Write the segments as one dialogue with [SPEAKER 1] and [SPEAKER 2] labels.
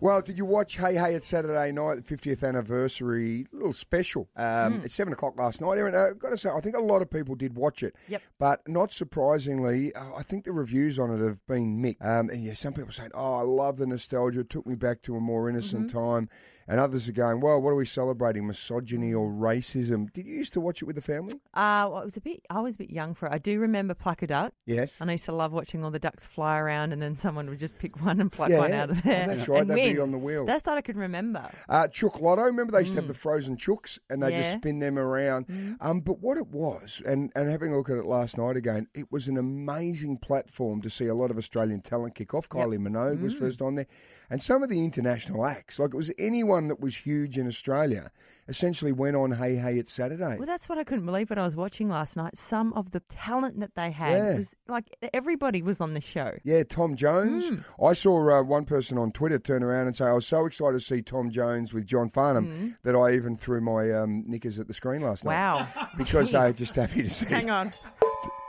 [SPEAKER 1] Well, did you watch Hey Hey It's Saturday Night, the 50th anniversary little special? Um,
[SPEAKER 2] Hmm.
[SPEAKER 1] It's 7 o'clock last night. Aaron, uh, got to say, I think a lot of people did watch it.
[SPEAKER 2] Yep.
[SPEAKER 1] But not surprisingly, uh, I think the reviews on it have been mixed. Um, and yeah, some people saying, oh, I love the nostalgia. It took me back to a more innocent
[SPEAKER 2] Mm-hmm.
[SPEAKER 1] time. And others are going, well, what are we celebrating, misogyny or racism? Did you used to watch it with the family?
[SPEAKER 2] Uh, well, it was a bit. I was a bit young for it. I do remember pluck a duck.
[SPEAKER 1] Yes.
[SPEAKER 2] And I used to love watching all the ducks fly around, and then someone would just pick one and pluck
[SPEAKER 1] Yeah,
[SPEAKER 2] one
[SPEAKER 1] yeah.
[SPEAKER 2] out of
[SPEAKER 1] Oh,
[SPEAKER 2] there.
[SPEAKER 1] that's right,
[SPEAKER 2] and
[SPEAKER 1] they'd be
[SPEAKER 2] win.
[SPEAKER 1] on the wheel.
[SPEAKER 2] That's what I could remember.
[SPEAKER 1] Uh, chook lotto. Remember they used to have the frozen chooks and they just
[SPEAKER 2] Mm. Yeah. Mm.
[SPEAKER 1] spin them around. Um, but what it was, and, and having a look at it last night again, it was an amazing platform to see a lot of Australian talent kick off. Kylie Minogue
[SPEAKER 2] Mm.
[SPEAKER 1] was first on there. And some of the international acts, like it was anyone that was huge in Australia, essentially went on Hey Hey It's Saturday.
[SPEAKER 2] Well, that's what I couldn't believe when I was watching last night. Some of the talent that they had
[SPEAKER 1] Yeah.
[SPEAKER 2] was like everybody was on the show.
[SPEAKER 1] Yeah, Tom Jones.
[SPEAKER 2] Mm.
[SPEAKER 1] I saw uh, one person on Twitter turn around and say, I was so excited to see Tom Jones with John Farnham that I even threw my um, knickers at the screen last night.
[SPEAKER 2] Mm. Wow.
[SPEAKER 1] Because they were just happy to see.
[SPEAKER 2] Hang on,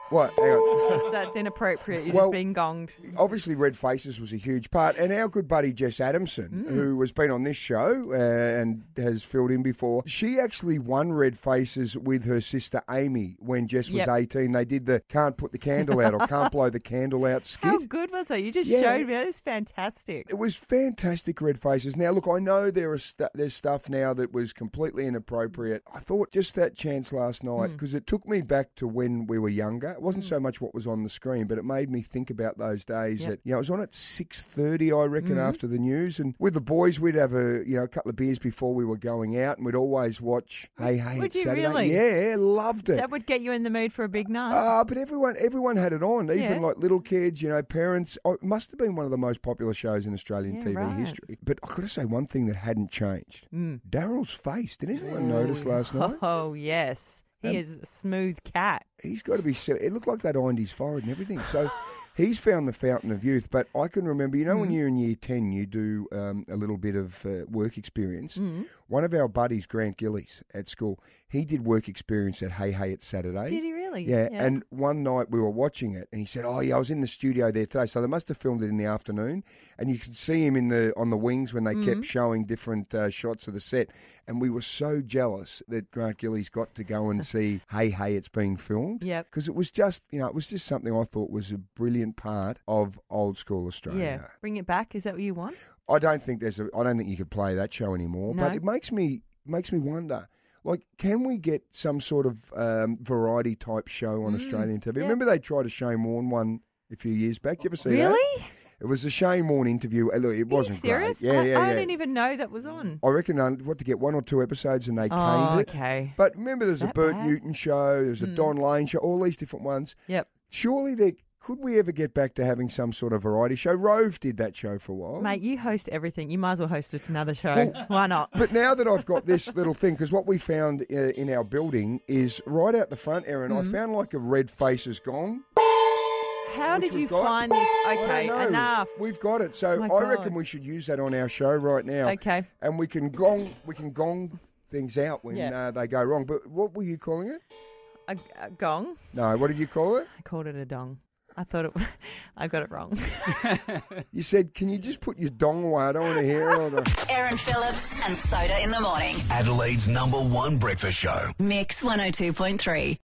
[SPEAKER 1] What? Hang on.
[SPEAKER 2] that's, that's inappropriate. You're
[SPEAKER 1] Well-
[SPEAKER 2] just being gonged.
[SPEAKER 1] Obviously, Red Faces was a huge part, and our good buddy Jess
[SPEAKER 2] Hmm.
[SPEAKER 1] Adamson, who has been on this show uh, and has filled in before, she actually won Red Faces with her sister Amy when Jess was
[SPEAKER 2] Yep.
[SPEAKER 1] eighteen. They did the "Can't Put the Candle Out" or "Can't Blow the Candle Out" skit.
[SPEAKER 2] How good was it? You just
[SPEAKER 1] Yeah.
[SPEAKER 2] showed me. That was fantastic.
[SPEAKER 1] It was fantastic, Red Faces. Now, look, I know there are stu there's stuff now that was completely inappropriate. I thought just that chance last night
[SPEAKER 2] Hmm.
[SPEAKER 1] because it took me back to when we were younger. It wasn't so much what was on the screen, but it made me think about those days
[SPEAKER 2] Yep. Hmm.
[SPEAKER 1] that you know it was on at six thirty, I reckon, after the news, and with the boys we'd have a you know a couple of beers before we were going out, and we'd always watch Hey Hey
[SPEAKER 2] Would
[SPEAKER 1] It's
[SPEAKER 2] you
[SPEAKER 1] Saturday.
[SPEAKER 2] really?
[SPEAKER 1] Yeah, loved it.
[SPEAKER 2] That would get you in the mood for a big night.
[SPEAKER 1] Uh, but everyone everyone had it on, even
[SPEAKER 2] Yeah.
[SPEAKER 1] like little kids, you know, parents. Oh, it must have been one of the most popular shows in Australian
[SPEAKER 2] Yeah,
[SPEAKER 1] TV
[SPEAKER 2] right. Hmm.
[SPEAKER 1] history. But i got to say one thing that hadn't changed Daryl's face. Did anyone notice last night?
[SPEAKER 2] oh yes, he is a smooth cat.
[SPEAKER 1] He's got to be set. It looked like they'd ironed his forehead and everything. So. He's found the fountain of youth, but I can remember, you know,
[SPEAKER 2] Hmm.
[SPEAKER 1] when you're in year 10, you do um, a little bit of uh, work experience.
[SPEAKER 2] Hmm.
[SPEAKER 1] One of our buddies, Grant Gillies, at school, he did work experience at Hey Hey It's Saturday.
[SPEAKER 2] Did he really?
[SPEAKER 1] Yeah, and one night we were watching it, and he said, "Oh yeah, I was in the studio there today." So they must have filmed it in the afternoon, and you could see him in the on the wings when they
[SPEAKER 2] Mm-hmm.
[SPEAKER 1] kept showing different uh, shots of the set. And we were so jealous that Grant Gillies got to go and see, "Hey, hey, it's being filmed."
[SPEAKER 2] Yep.
[SPEAKER 1] because it was just you know it was just something I thought was a brilliant part of old school Australia.
[SPEAKER 2] yeah. Bring it back. Is that what you want?
[SPEAKER 1] I don't think there's a. I don't think you could play that show anymore. But
[SPEAKER 2] No.
[SPEAKER 1] it makes me makes me wonder. Like, can we get some sort of um, variety type show on Australian TV?
[SPEAKER 2] Mm. yeah.
[SPEAKER 1] Remember they tried a Shane Warne one a few years back. Did you ever see that?
[SPEAKER 2] really?
[SPEAKER 1] It was a Shane Warne interview. Uh, Look, it
[SPEAKER 2] Are you
[SPEAKER 1] wasn't
[SPEAKER 2] serious?
[SPEAKER 1] great. Yeah,
[SPEAKER 2] I,
[SPEAKER 1] yeah,
[SPEAKER 2] I
[SPEAKER 1] yeah.
[SPEAKER 2] didn't even know that was on.
[SPEAKER 1] I reckon I what to get one or two episodes, and they
[SPEAKER 2] Oh,
[SPEAKER 1] came.
[SPEAKER 2] okay.
[SPEAKER 1] But remember, there's a
[SPEAKER 2] That
[SPEAKER 1] Bert
[SPEAKER 2] bad? Hmm.
[SPEAKER 1] Newton show. There's a Don Lane show. All these different ones.
[SPEAKER 2] Yep.
[SPEAKER 1] Surely they. Could we ever get back to having some sort of variety show? Rove did that show for a while.
[SPEAKER 2] Mate, you host everything. You might as well host it another show. Why not?
[SPEAKER 1] But now that I've got this little thing, because what we found uh, in our building is right out the front, Erin, I
[SPEAKER 2] Mm-hmm.
[SPEAKER 1] found like a red faces gong.
[SPEAKER 2] How
[SPEAKER 1] which
[SPEAKER 2] did you
[SPEAKER 1] we've got-
[SPEAKER 2] find this?
[SPEAKER 1] I don't
[SPEAKER 2] Okay,
[SPEAKER 1] know.
[SPEAKER 2] enough. Oh
[SPEAKER 1] We've got it. So
[SPEAKER 2] My
[SPEAKER 1] I reckon
[SPEAKER 2] God.
[SPEAKER 1] we should use that on our show right now.
[SPEAKER 2] Okay.
[SPEAKER 1] And we can gong, we can gong things out when
[SPEAKER 2] Yeah.
[SPEAKER 1] uh, they go wrong. But what were you calling it?
[SPEAKER 2] A, a gong.
[SPEAKER 1] No, what did you call it?
[SPEAKER 2] I called it a dong. I thought it. I got it wrong.
[SPEAKER 1] You said, "Can you just put your dong away? I don't want to hear it." Or the-
[SPEAKER 3] Aaron Phillips and Soda in the morning. oh
[SPEAKER 4] Adelaide's number one breakfast show.
[SPEAKER 3] Mix 102.3.